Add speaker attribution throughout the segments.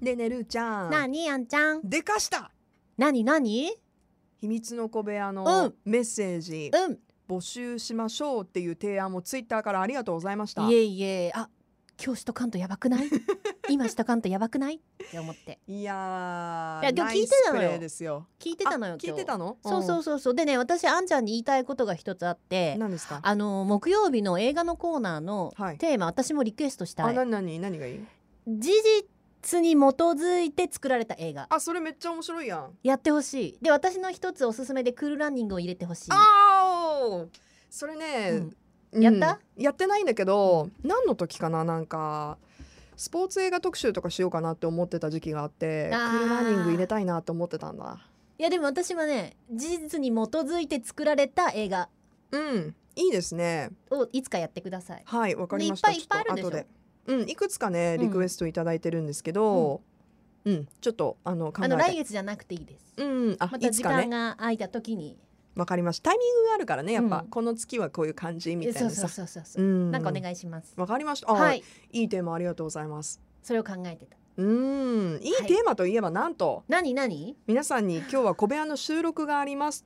Speaker 1: ねえねえるーちゃん
Speaker 2: なにあんちゃん
Speaker 1: でかした
Speaker 2: なになに
Speaker 1: 秘密の小部屋
Speaker 2: う
Speaker 1: の
Speaker 2: ん
Speaker 1: メッセージ
Speaker 2: うん
Speaker 1: 募集しましょうっていう提案もツイッターからありがとうございました
Speaker 2: いえいえあ今日しとかんとやば くない今しとかんとやばくないって思って
Speaker 1: いやー
Speaker 2: いやでも
Speaker 1: ナ
Speaker 2: 聞い
Speaker 1: イ
Speaker 2: て
Speaker 1: ス
Speaker 2: たのよ
Speaker 1: プレーですよ
Speaker 2: 聞いてたのよ
Speaker 1: あ
Speaker 2: 今日
Speaker 1: 聞いてたの
Speaker 2: そうそうそうそうでね私あんちゃんに言いたいことが一つあって
Speaker 1: 何ですか
Speaker 2: あの木曜日の映画のコーナーの
Speaker 1: はい
Speaker 2: テーマ、私もリクエストした
Speaker 1: あ
Speaker 2: い
Speaker 1: 何何何がいい
Speaker 2: 事実に基づいて作られた映画
Speaker 1: あそれめっちゃ面白いやん
Speaker 2: やってほしいで私の一つおすすめでクールランニングを入れてほしい
Speaker 1: あーそれね、
Speaker 2: うん
Speaker 1: うん
Speaker 2: やった
Speaker 1: やってないんだけど、何の時かななんかスポーツ映画特集とかしようかなって思ってた時期があって
Speaker 2: あー
Speaker 1: クールランニング入れたいなって思ってたんだ
Speaker 2: いやでも私はね事実に基づいて作られた映画
Speaker 1: うんいいですね
Speaker 2: をいつかやってください
Speaker 1: はいわかりました
Speaker 2: ねいっぱい
Speaker 1: ちょ
Speaker 2: いっぱいあるでしょ
Speaker 1: と後うんいくつかねリクエストいただいてるんですけどうん、ちょっとあの考
Speaker 2: あ
Speaker 1: え
Speaker 2: の来
Speaker 1: て
Speaker 2: 月じゃなくていいです
Speaker 1: うんあ、
Speaker 2: ま
Speaker 1: い
Speaker 2: た
Speaker 1: つ
Speaker 2: 時
Speaker 1: か
Speaker 2: 間
Speaker 1: ね
Speaker 2: が空いた時に
Speaker 1: わかりましたタイミングがあるからねやっぱ、
Speaker 2: うん
Speaker 1: この月はこういう感じみ
Speaker 2: え
Speaker 1: たい
Speaker 2: そう
Speaker 1: な
Speaker 2: そう
Speaker 1: さ
Speaker 2: そうそうそううんなんかお願いします
Speaker 1: わかりましたあ、、
Speaker 2: はいい
Speaker 1: いテーマありがとうございます
Speaker 2: それを考えてた
Speaker 1: うんいいテーマといえばなんと、
Speaker 2: 何何
Speaker 1: 皆さんに今日は小部屋の収録があります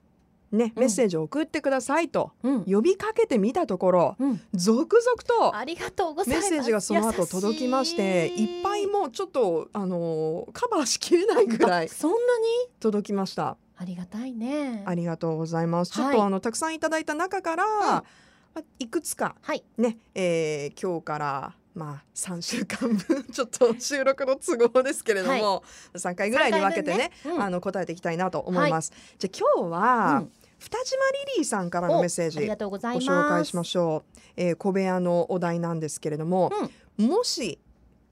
Speaker 1: ね
Speaker 2: うん
Speaker 1: メッセージを送ってくださいと
Speaker 2: うん
Speaker 1: 呼びかけてみたところ
Speaker 2: うん
Speaker 1: 続々と
Speaker 2: ありがとうござい
Speaker 1: メ
Speaker 2: ま
Speaker 1: ッ
Speaker 2: す
Speaker 1: セージがその後届きまして
Speaker 2: 優し
Speaker 1: いっぱいもうちょっとあのーカバーしきれないぐらい
Speaker 2: あそんなに
Speaker 1: 届きました
Speaker 2: ありがたいね
Speaker 1: ありがとうございますちょっ
Speaker 2: はい
Speaker 1: とあのたくさんいただいた中からまあいくつか
Speaker 2: はい
Speaker 1: ねえー今日からまあ3週間分ちょっと収録の都合ですけれども3回ぐらいに分けてね
Speaker 2: 三回分ねうん
Speaker 1: あの答えていきたいなと思います。じゃあ今日は、
Speaker 2: うん
Speaker 1: 二島リリーさんからのメッセー
Speaker 2: あり
Speaker 1: ジ
Speaker 2: がとうござい
Speaker 1: ご
Speaker 2: ます
Speaker 1: 紹介しましょう、えー小部屋のお題なんですけれども、もし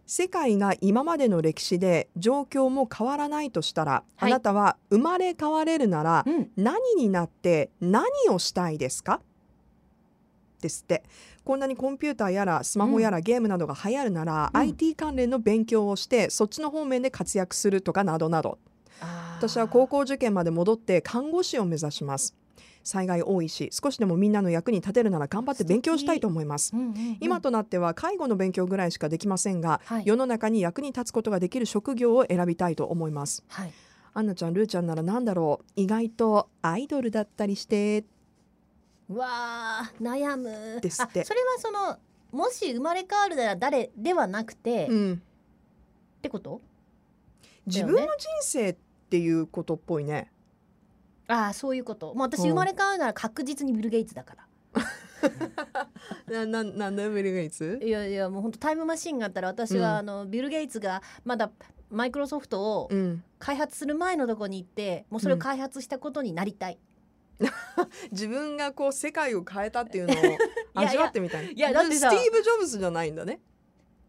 Speaker 1: 世界が今までの歴史で状況も変わらないとしたら、
Speaker 2: はい
Speaker 1: あなたは生まれ変われるなら
Speaker 2: うん
Speaker 1: 何になって何をしたいですかですってこんなにコンピューターやらスマホやらゲームなどが流行るなら、
Speaker 2: うん
Speaker 1: IT 関連の勉強をしてそっちの方面で活躍するとかなどなど
Speaker 2: あー
Speaker 1: 私は高校受験まで戻って看護師を目指します災害多いし少しでもみんなの役に立てるなら頑張って勉強したいと思います
Speaker 2: うんうんうん
Speaker 1: 今となっては介護の勉強ぐらいしかできませんが
Speaker 2: はい
Speaker 1: 世の中に役に立つことができる職業を選びたいと思います
Speaker 2: はい
Speaker 1: アンナちゃんルーちゃんなら何だろう意外とアイドルだったりして
Speaker 2: うわあ悩む
Speaker 1: ですって
Speaker 2: あそれはそのもし生まれ変わるなら誰ではなくて、
Speaker 1: う
Speaker 2: っ
Speaker 1: ん
Speaker 2: てこと
Speaker 1: 自分の人生っていうことっぽいね
Speaker 2: ああそういうこともう私
Speaker 1: うん
Speaker 2: 生まれ変わるなら確実にビル・ゲイツだから
Speaker 1: なななんだよビル・ゲイツ
Speaker 2: いやいやもう本当タイムマシンがあったら私
Speaker 1: う
Speaker 2: は、
Speaker 1: ん
Speaker 2: あのビル・ゲイツがまだマイクロソフトを
Speaker 1: うん
Speaker 2: 開発する前のとこに行ってもうそれを開発したことになりたい、
Speaker 1: 自分がこう世界を変えたって いうのを味わってみたい
Speaker 2: いやだってさ
Speaker 1: スティーブ・ジョブズじゃないんだね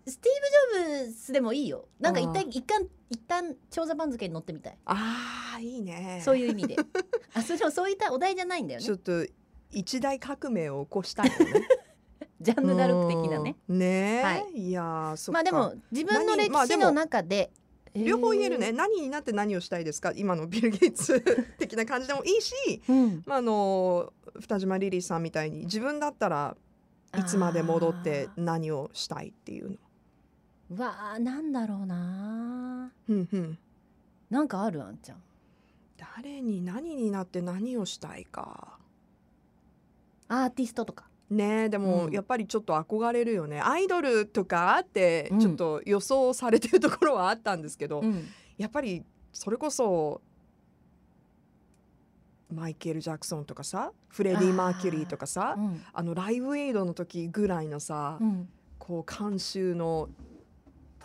Speaker 2: スティーブ・ジョブズでもいいよなんか一旦一旦一旦長者番付に乗ってみたい
Speaker 1: ああいいね
Speaker 2: そういう意 味であそれでもそういったお題じゃないんだよね
Speaker 1: ちょっと一大革命を起こしたいよ ね
Speaker 2: ジャンヌ・ダルク的なね
Speaker 1: うんねえ、、
Speaker 2: はい
Speaker 1: やーそっか
Speaker 2: まあでも自分の
Speaker 1: 何
Speaker 2: 歴
Speaker 1: まあで
Speaker 2: 史
Speaker 1: も
Speaker 2: の中で,、
Speaker 1: 両方言えるね、
Speaker 2: ー、
Speaker 1: 何になって何をしたいですか今のビル・ゲイ ツ的な感じでもいいし、
Speaker 2: うん、
Speaker 1: まあ、あの二島リリーさんみたいに自分だったらいつまで戻って
Speaker 2: あ
Speaker 1: 何をしたいっていうの。
Speaker 2: ーうわあなんだろうな
Speaker 1: うんうん
Speaker 2: なんかあるあんちゃん
Speaker 1: 誰に何になって何をしたいか
Speaker 2: アーティストとか
Speaker 1: ねえでも
Speaker 2: うん
Speaker 1: やっぱりちょっと憧れるよね、アイドルとかって
Speaker 2: うん
Speaker 1: ちょっと予想されてるところはあったんですけど、
Speaker 2: うん
Speaker 1: やっぱりそれこそマイケル・ジャクソンとかさフレデ
Speaker 2: あ
Speaker 1: ィ・
Speaker 2: ー
Speaker 1: マーキュリーとかさ
Speaker 2: う
Speaker 1: あ
Speaker 2: ん
Speaker 1: のライブエイドの時ぐらいのさ、
Speaker 2: うん
Speaker 1: こう監修の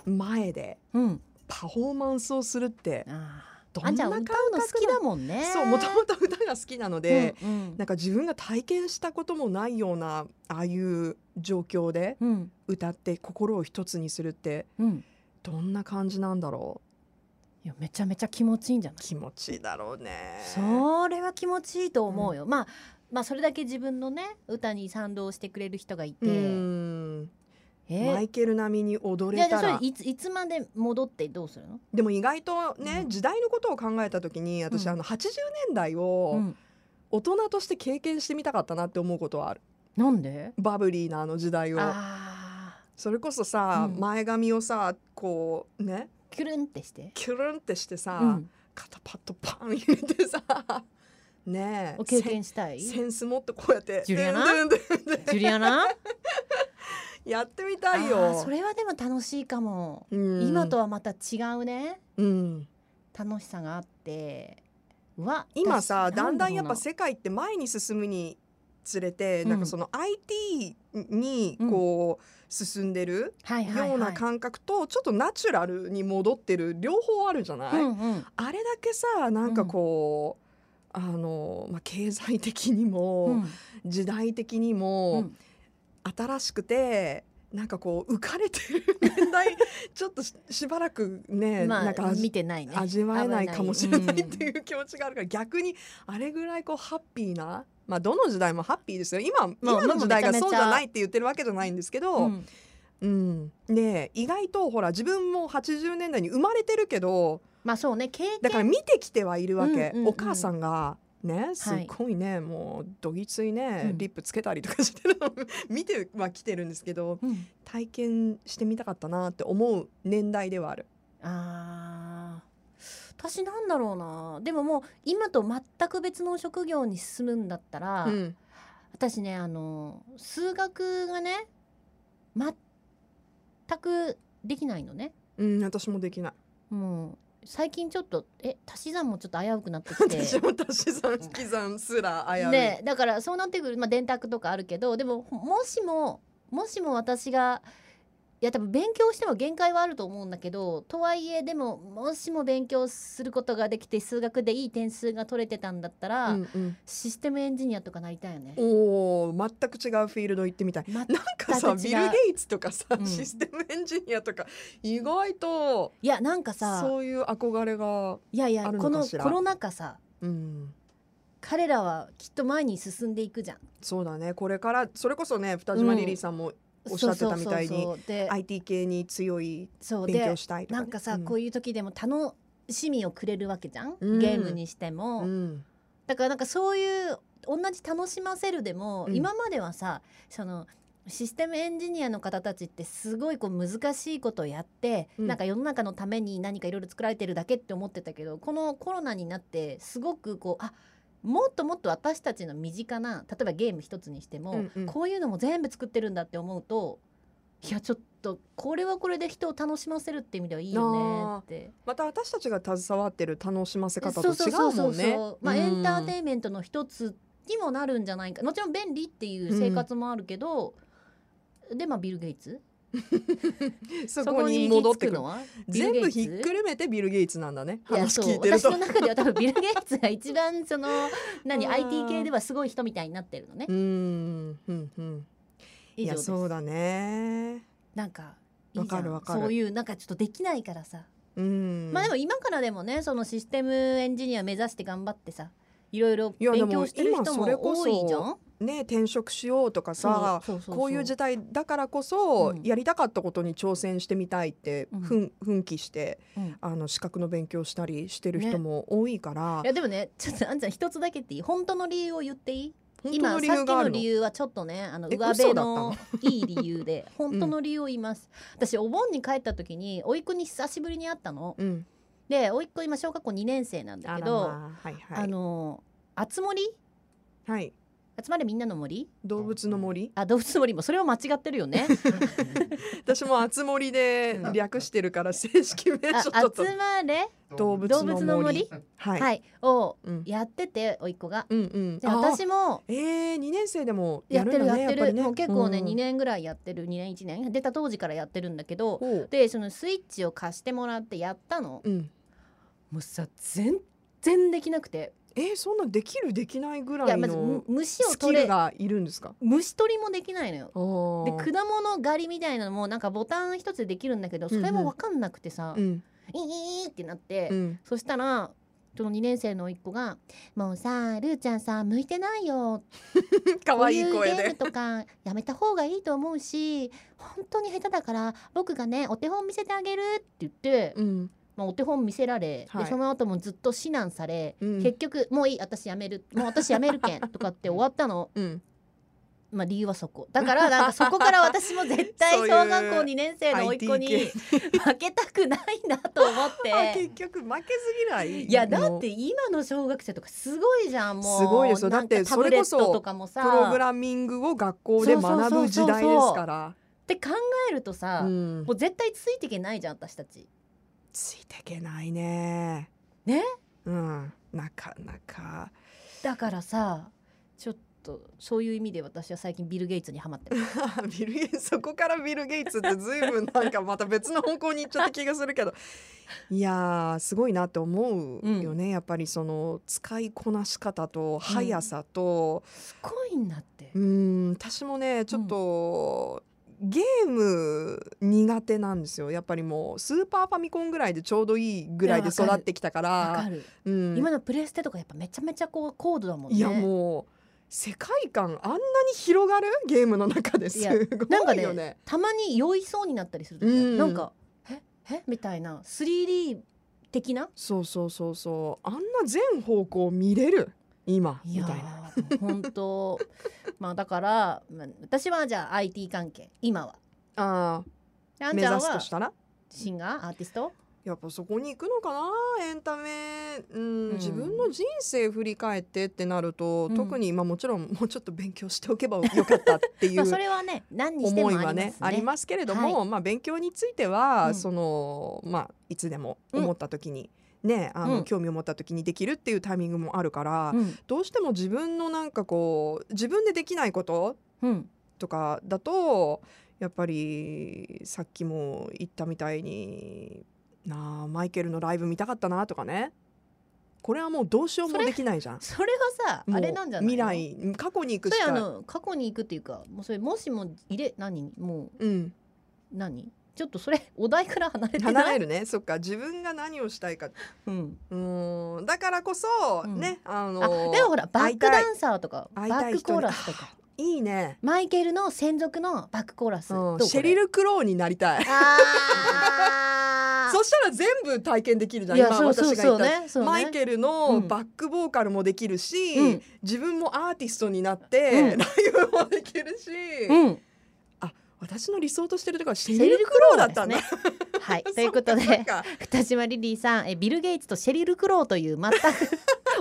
Speaker 1: 前で
Speaker 2: うん
Speaker 1: パフォーマンスをするって、
Speaker 2: あ
Speaker 1: どん
Speaker 2: ー
Speaker 1: な
Speaker 2: あんちゃん
Speaker 1: 感
Speaker 2: 歌
Speaker 1: 覚
Speaker 2: うの好きだもんね
Speaker 1: そうもともと歌が好きなので、
Speaker 2: うんうん
Speaker 1: なんか自分が体験したこともないようなああいう状況で
Speaker 2: うん
Speaker 1: 歌って心を一つにするって
Speaker 2: うん
Speaker 1: どんな感じなんだろう
Speaker 2: いやめちゃめちゃ気持ちいいんじゃない
Speaker 1: 気持ちいいだろうね。
Speaker 2: それは気持ちいいと思うよ、まあまあそれだけ自分のね歌に賛同してくれる人がいて、
Speaker 1: うん
Speaker 2: えー
Speaker 1: マイケル並みに踊
Speaker 2: じゃ
Speaker 1: れ
Speaker 2: あじゃ
Speaker 1: た
Speaker 2: あ
Speaker 1: ら
Speaker 2: それいついつまで戻ってどうするの、
Speaker 1: でも意外とね、
Speaker 2: うん
Speaker 1: 時代のことを考えた時に私、
Speaker 2: うん
Speaker 1: あの80年代
Speaker 2: う
Speaker 1: を
Speaker 2: ん、
Speaker 1: 大人として経験してみたかったなって思うことはある
Speaker 2: なんで
Speaker 1: バブリーなあの時代を
Speaker 2: あ
Speaker 1: それこそさ、
Speaker 2: うん
Speaker 1: 前髪をさこうね
Speaker 2: キュルンってして。
Speaker 1: キュルンってしてさ、
Speaker 2: うん
Speaker 1: 肩パッとパン入れてさねえ
Speaker 2: お経験したい。
Speaker 1: セン
Speaker 2: ジ
Speaker 1: センス持ってこうやって
Speaker 2: ジュリアナ
Speaker 1: ドゥンドゥンドゥンドゥン
Speaker 2: ュリアナ。
Speaker 1: やってみたい
Speaker 2: あー
Speaker 1: よ
Speaker 2: それはでも楽しいかも。
Speaker 1: うん
Speaker 2: 今とはまた違うね。
Speaker 1: うん
Speaker 2: 楽しさがあって。うわ。
Speaker 1: 今さ
Speaker 2: 私
Speaker 1: だんだんやっぱ
Speaker 2: なんだ
Speaker 1: 世界って前に進むにつれて、
Speaker 2: うん
Speaker 1: なんかその IT にこう進んでる
Speaker 2: ろうはいはいはい。
Speaker 1: ような感覚と、ちょっとナチュラルに戻ってる両方あるじゃない、
Speaker 2: うんうん。
Speaker 1: あれだけさなんかこう、あのまあ、経済的に
Speaker 2: う
Speaker 1: も、
Speaker 2: ん
Speaker 1: 時代的に
Speaker 2: う
Speaker 1: も、
Speaker 2: ん
Speaker 1: 新しくてなんかこう浮かれてる 年代ちょっとししばらくね、
Speaker 2: ま
Speaker 1: なんか
Speaker 2: あ
Speaker 1: 味
Speaker 2: 見てないね。
Speaker 1: 味わえないかもしれないって
Speaker 2: う
Speaker 1: い
Speaker 2: ん
Speaker 1: う気持ちがあるから、逆にあれぐらいこうハッピーな、まあ、どの時代もハッピーですよ今今の時代がそうじゃないって言ってるわけじゃないんですけど、
Speaker 2: う
Speaker 1: うん
Speaker 2: ん
Speaker 1: で意外とほら自分も80年代に生まれてるけど
Speaker 2: まあそうね経験
Speaker 1: だから見てきてはいるわけ、
Speaker 2: うんうんうん
Speaker 1: お母さんが。ね、すっごいね、もうどぎついね、
Speaker 2: うん
Speaker 1: リップつけたりとかしてるのを 見てはきてるんですけど
Speaker 2: うん
Speaker 1: 体験してみたかったなって思う年代ではある。
Speaker 2: あー私なんだろうなでももう今と全く別の職業に進むんだったら、
Speaker 1: うん
Speaker 2: 私ねあの数学がね全くできないのね
Speaker 1: うん、私もできない。
Speaker 2: もう最近ちょっとえ足し算もちょっと危うくなっ てきて
Speaker 1: 私も足し算引き算すら危うい。
Speaker 2: ね、だからそうなってくる、まあ、電卓とかあるけどでももしももしも私がいや多分勉強しても限界はあると思うんだけどとはいえでももしも勉強することができて数学でいい点数が取れてたんだったら、
Speaker 1: うんうん、
Speaker 2: システムエンジニアとかなりたいよね。
Speaker 1: おー全く違うフィールド行ってみたい。
Speaker 2: ま、い
Speaker 1: なんかさ
Speaker 2: 全く違う
Speaker 1: ビル・ゲイツとかさ、
Speaker 2: うん
Speaker 1: システムエンジニアとか意外と
Speaker 2: やなんかさ
Speaker 1: そういう憧れが、
Speaker 2: いやいや
Speaker 1: あるの
Speaker 2: この
Speaker 1: かしら
Speaker 2: コロナ禍さ
Speaker 1: うん、
Speaker 2: 彼らはきっと前に進んでいくじゃん。
Speaker 1: そうだねこれからそれこそね二島リリーさんもおっしゃってたみたいに
Speaker 2: そうそうそうそうで
Speaker 1: IT 系に強い
Speaker 2: そう
Speaker 1: 勉
Speaker 2: で
Speaker 1: 強したいとか、
Speaker 2: な
Speaker 1: ね、
Speaker 2: んかさ、こういう時でも楽しみをくれるわけじゃん、
Speaker 1: うん
Speaker 2: ゲームにしても。
Speaker 1: うん
Speaker 2: だからなんかそういう同じ楽しませるでも、
Speaker 1: うん
Speaker 2: 今まではさそのシステムエンジニアの方たちってすごいこう難しいことをやって、
Speaker 1: うん
Speaker 2: なんか世の中のために何かいろいろ作られてるだけって思ってたけどこのコロナになってすごくこうあもっともっと私たちの身近な例えばゲーム一つにしても、
Speaker 1: うんうん
Speaker 2: こういうのも全部作ってるんだって思うといやちょっとこれはこれで人を楽しませるって意味ではいいよねって。
Speaker 1: また私たちが携わってる楽しませ方と
Speaker 2: そうそう
Speaker 1: 違
Speaker 2: そう
Speaker 1: う
Speaker 2: そ
Speaker 1: も
Speaker 2: うん
Speaker 1: ね
Speaker 2: そう。まあ、
Speaker 1: うん
Speaker 2: エンターテインメントの一つにもなるんじゃないかもちろん便利っていう生活もあるけど、でまあビル・ゲイツ
Speaker 1: そこに戻ってくる
Speaker 2: のは
Speaker 1: 全部ひっく
Speaker 2: る
Speaker 1: るめてビル・ゲイツなんだね
Speaker 2: いや
Speaker 1: 話
Speaker 2: そ
Speaker 1: 聞
Speaker 2: う
Speaker 1: いてる
Speaker 2: 私
Speaker 1: と
Speaker 2: の。中では多分ビル・ゲイツが一番 その何
Speaker 1: うん
Speaker 2: IT 系ではすごい人みたいになってるのね
Speaker 1: う。んうんうん、
Speaker 2: 以
Speaker 1: い
Speaker 2: 上
Speaker 1: や
Speaker 2: です
Speaker 1: そうだね。
Speaker 2: なんかいいじゃん
Speaker 1: わかるわかる
Speaker 2: そういうなんかちょっとできないからさ、
Speaker 1: うん、
Speaker 2: まあでも今からでもねそのシステムエンジニア目指して頑張ってさいろいろ
Speaker 1: いやでも
Speaker 2: 勉強してる人
Speaker 1: 今
Speaker 2: も
Speaker 1: それこそ
Speaker 2: 多いじゃん
Speaker 1: ね転職しようとかさ
Speaker 2: そうそうそそ
Speaker 1: こういう時代だからこそ、
Speaker 2: うん
Speaker 1: やりたかったことに挑戦してみたいって、
Speaker 2: うん
Speaker 1: ふん奮起して
Speaker 2: うん
Speaker 1: あの資格の勉強したりしてる人も多いから、
Speaker 2: いやでもねちょっとあんちゃん一つだけっていい本当の理由を言っていい
Speaker 1: 本当
Speaker 2: 今
Speaker 1: の理
Speaker 2: さっ
Speaker 1: 由
Speaker 2: き
Speaker 1: があ
Speaker 2: の
Speaker 1: るの
Speaker 2: 理由はちょっとねあの
Speaker 1: え
Speaker 2: 上辺
Speaker 1: 嘘だった
Speaker 2: の
Speaker 1: の
Speaker 2: いい理由で本当の理由を言います、私お盆に帰った時に甥っ子に久しぶりに会ったの
Speaker 1: うん、
Speaker 2: で甥っ子今小学校2年生なんだけどあ,、
Speaker 1: あらまあはいはい
Speaker 2: のあつ森
Speaker 1: はい
Speaker 2: 集まれみんなの森
Speaker 1: 動物の森
Speaker 2: あ動物の森もそれを間違ってるよ ね
Speaker 1: 私もあつ森で
Speaker 2: うん
Speaker 1: 略してるから正式名
Speaker 2: あ
Speaker 1: 称だと
Speaker 2: 集まれ
Speaker 1: 動物
Speaker 2: 動
Speaker 1: の森
Speaker 2: 物の森
Speaker 1: はい、
Speaker 2: はい、を
Speaker 1: うん、
Speaker 2: やってて甥っ子が
Speaker 1: うんうん
Speaker 2: で私も
Speaker 1: えー、2年生でも
Speaker 2: や
Speaker 1: や
Speaker 2: って
Speaker 1: る
Speaker 2: る
Speaker 1: んだ
Speaker 2: やっ
Speaker 1: ね
Speaker 2: て
Speaker 1: ぱ
Speaker 2: る
Speaker 1: りね
Speaker 2: もう結構ね
Speaker 1: うん
Speaker 2: 2年ぐらいやってる2年1年出た当時からやってるんだけど
Speaker 1: ほう
Speaker 2: でそのスイッチを貸してもらってやったの
Speaker 1: うん、
Speaker 2: もうさ全然できなくて
Speaker 1: えー、そんなできるできないぐ
Speaker 2: い
Speaker 1: ら
Speaker 2: や
Speaker 1: い
Speaker 2: まずむ
Speaker 1: の
Speaker 2: 虫を
Speaker 1: スキ
Speaker 2: 取
Speaker 1: ル
Speaker 2: れ
Speaker 1: がいるんですか
Speaker 2: 虫取りもできないのよ
Speaker 1: あ
Speaker 2: で
Speaker 1: ー
Speaker 2: 果物狩りみたいなのもなんかボタン一つでできるんだけどそれも分かんなくてさ
Speaker 1: う
Speaker 2: 「
Speaker 1: ん
Speaker 2: いいいい」ってなって
Speaker 1: うん
Speaker 2: そしたらその2年生の一個が「もうさルーちゃんさ向いてないよ」
Speaker 1: 可愛い
Speaker 2: こう
Speaker 1: 声
Speaker 2: うゲーム
Speaker 1: で
Speaker 2: とかやめた方がいいと思うし本当に下手だから僕がねお手本見せてあげるって言って、
Speaker 1: うん
Speaker 2: まあ、お手本見せられ、
Speaker 1: はい
Speaker 2: でその後もずっと指南され、
Speaker 1: うん
Speaker 2: 結局もういい私やめるもう私やめるけんとかって終わったの
Speaker 1: うん
Speaker 2: まあ、理由はそこだからなんかそこから私も絶 対
Speaker 1: そういう
Speaker 2: 小学校2年生の甥っ子
Speaker 1: IT 系
Speaker 2: に 負けたくないなと思っ
Speaker 1: あ
Speaker 2: て
Speaker 1: 結。局負けず嫌い
Speaker 2: いやだって今の小学生とかすごいじゃんもう
Speaker 1: すごいですよだって
Speaker 2: なんか
Speaker 1: それこそ
Speaker 2: タブレットとかも
Speaker 1: プ
Speaker 2: さ
Speaker 1: ログラミングを学校で学ぶ時代ですから
Speaker 2: って考えるとさ、
Speaker 1: うん
Speaker 2: もう絶対ついていけないじゃん私たち
Speaker 1: ついてけないね
Speaker 2: ね
Speaker 1: うんなかなか
Speaker 2: だからさちょっとそういう意味で私は最近ビル・ゲイツにはまっ てます
Speaker 1: ビルゲイツそこからビル・ゲイツってずいぶんなんかまた別の方向に行っちゃった気がするけどいやーすごいなって思うよね、やっぱりその使いこなし方と速さと、
Speaker 2: すごいんだって
Speaker 1: うーん私もねちょっと、ゲーム苦手なんですよやっぱりもうスーパーファミコンぐらいでちょうどいいぐらいで
Speaker 2: いやわか
Speaker 1: 育
Speaker 2: る
Speaker 1: ってきたか
Speaker 2: わからる、
Speaker 1: うん
Speaker 2: 今のプレステとかやっぱめちゃめちゃこう高度だもんね
Speaker 1: いやもう世界観あんなに広がるゲームの中です
Speaker 2: いや
Speaker 1: ごいよね。
Speaker 2: たまに酔いそうになったりする時、き
Speaker 1: うん
Speaker 2: なんかええみたいな 3D 的な
Speaker 1: そうそうそうそうあんな全方向見れる今
Speaker 2: い
Speaker 1: み
Speaker 2: や
Speaker 1: たいな。
Speaker 2: ー本当 まあだからまあ私はじゃあ IT 関係今は
Speaker 1: あ
Speaker 2: であ
Speaker 1: あ
Speaker 2: ん
Speaker 1: 目
Speaker 2: ちゃん
Speaker 1: 指すと
Speaker 2: は
Speaker 1: したら
Speaker 2: シンガーアーティスト
Speaker 1: やっぱそこに行くのかなエンタメ、うん
Speaker 2: うん
Speaker 1: 自分の人生振り返ってってなると、
Speaker 2: うん
Speaker 1: 特にまあもちろんもうちょっと勉強しておけばよかったってい
Speaker 2: まあ
Speaker 1: う
Speaker 2: それはね何にしても
Speaker 1: 思い
Speaker 2: あ
Speaker 1: は
Speaker 2: りま
Speaker 1: ね
Speaker 2: す
Speaker 1: あり
Speaker 2: ね。
Speaker 1: ますけれども、まあ、勉強については、
Speaker 2: うん
Speaker 1: そのまあ、いつでも思った時に、ねあの
Speaker 2: うん
Speaker 1: 興味を持った時にできるっていうタイミングもあるから、
Speaker 2: うん
Speaker 1: どうしても自分のなんかこう自分でできないこと
Speaker 2: うん
Speaker 1: とかだとやっぱりさっきも言ったみたいになあマイケルのライブ見たかったなとかねこれはもうどうしようも
Speaker 2: それ
Speaker 1: できないじゃん。
Speaker 2: それはさ
Speaker 1: もう
Speaker 2: あれなんじゃないの
Speaker 1: 未来過去に行く
Speaker 2: そ
Speaker 1: し
Speaker 2: れあ
Speaker 1: か、
Speaker 2: の過去に行くっていうかもうそれもしも入れ何もう
Speaker 1: うん、
Speaker 2: 何ちょっとそれ お題から離れてない
Speaker 1: 離れるねそっか自分が何をしたいか
Speaker 2: うん、
Speaker 1: うーんだからこそ、
Speaker 2: うん
Speaker 1: ねあ
Speaker 2: あ
Speaker 1: の
Speaker 2: でもほらバッ
Speaker 1: 会
Speaker 2: ク
Speaker 1: いたい
Speaker 2: ダンサーとかバ
Speaker 1: 会いたい
Speaker 2: ック
Speaker 1: 人に
Speaker 2: コーラスとか
Speaker 1: いいね、
Speaker 2: マイケルの専属のバックコーラス、
Speaker 1: う
Speaker 2: ど
Speaker 1: ん
Speaker 2: これ
Speaker 1: シェリル・クローになりたい
Speaker 2: あー
Speaker 1: そしたら全部体験できるじゃん
Speaker 2: いや
Speaker 1: 今
Speaker 2: そうそう
Speaker 1: 私が言
Speaker 2: そ
Speaker 1: っ
Speaker 2: う
Speaker 1: た、
Speaker 2: ねそうね
Speaker 1: マイケル
Speaker 2: う
Speaker 1: の
Speaker 2: ん
Speaker 1: バックボーカルもできるし、
Speaker 2: うん
Speaker 1: 自分もアーティストになって、
Speaker 2: うん
Speaker 1: ライブもできるし、
Speaker 2: うん
Speaker 1: 私の理想としてるところはシ
Speaker 2: シ
Speaker 1: ェ
Speaker 2: ェ
Speaker 1: リ
Speaker 2: リ
Speaker 1: ル・
Speaker 2: ル
Speaker 1: ク
Speaker 2: ク
Speaker 1: ロ
Speaker 2: ロ
Speaker 1: ーだ
Speaker 2: ーだ
Speaker 1: っ
Speaker 2: ったた
Speaker 1: んだ、
Speaker 2: ねはいということ
Speaker 1: そっ
Speaker 2: で
Speaker 1: か
Speaker 2: 二島リリーさんえビル・ゲイツとシェリル・クローとい う全く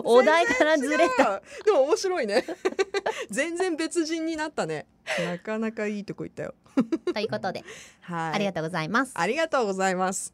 Speaker 2: お題からずれ
Speaker 1: たでも面白いね 全然別人になったねなかなかいいとこ行ったよ
Speaker 2: ということで
Speaker 1: はい
Speaker 2: ありがとうございます。
Speaker 1: ありがとうございます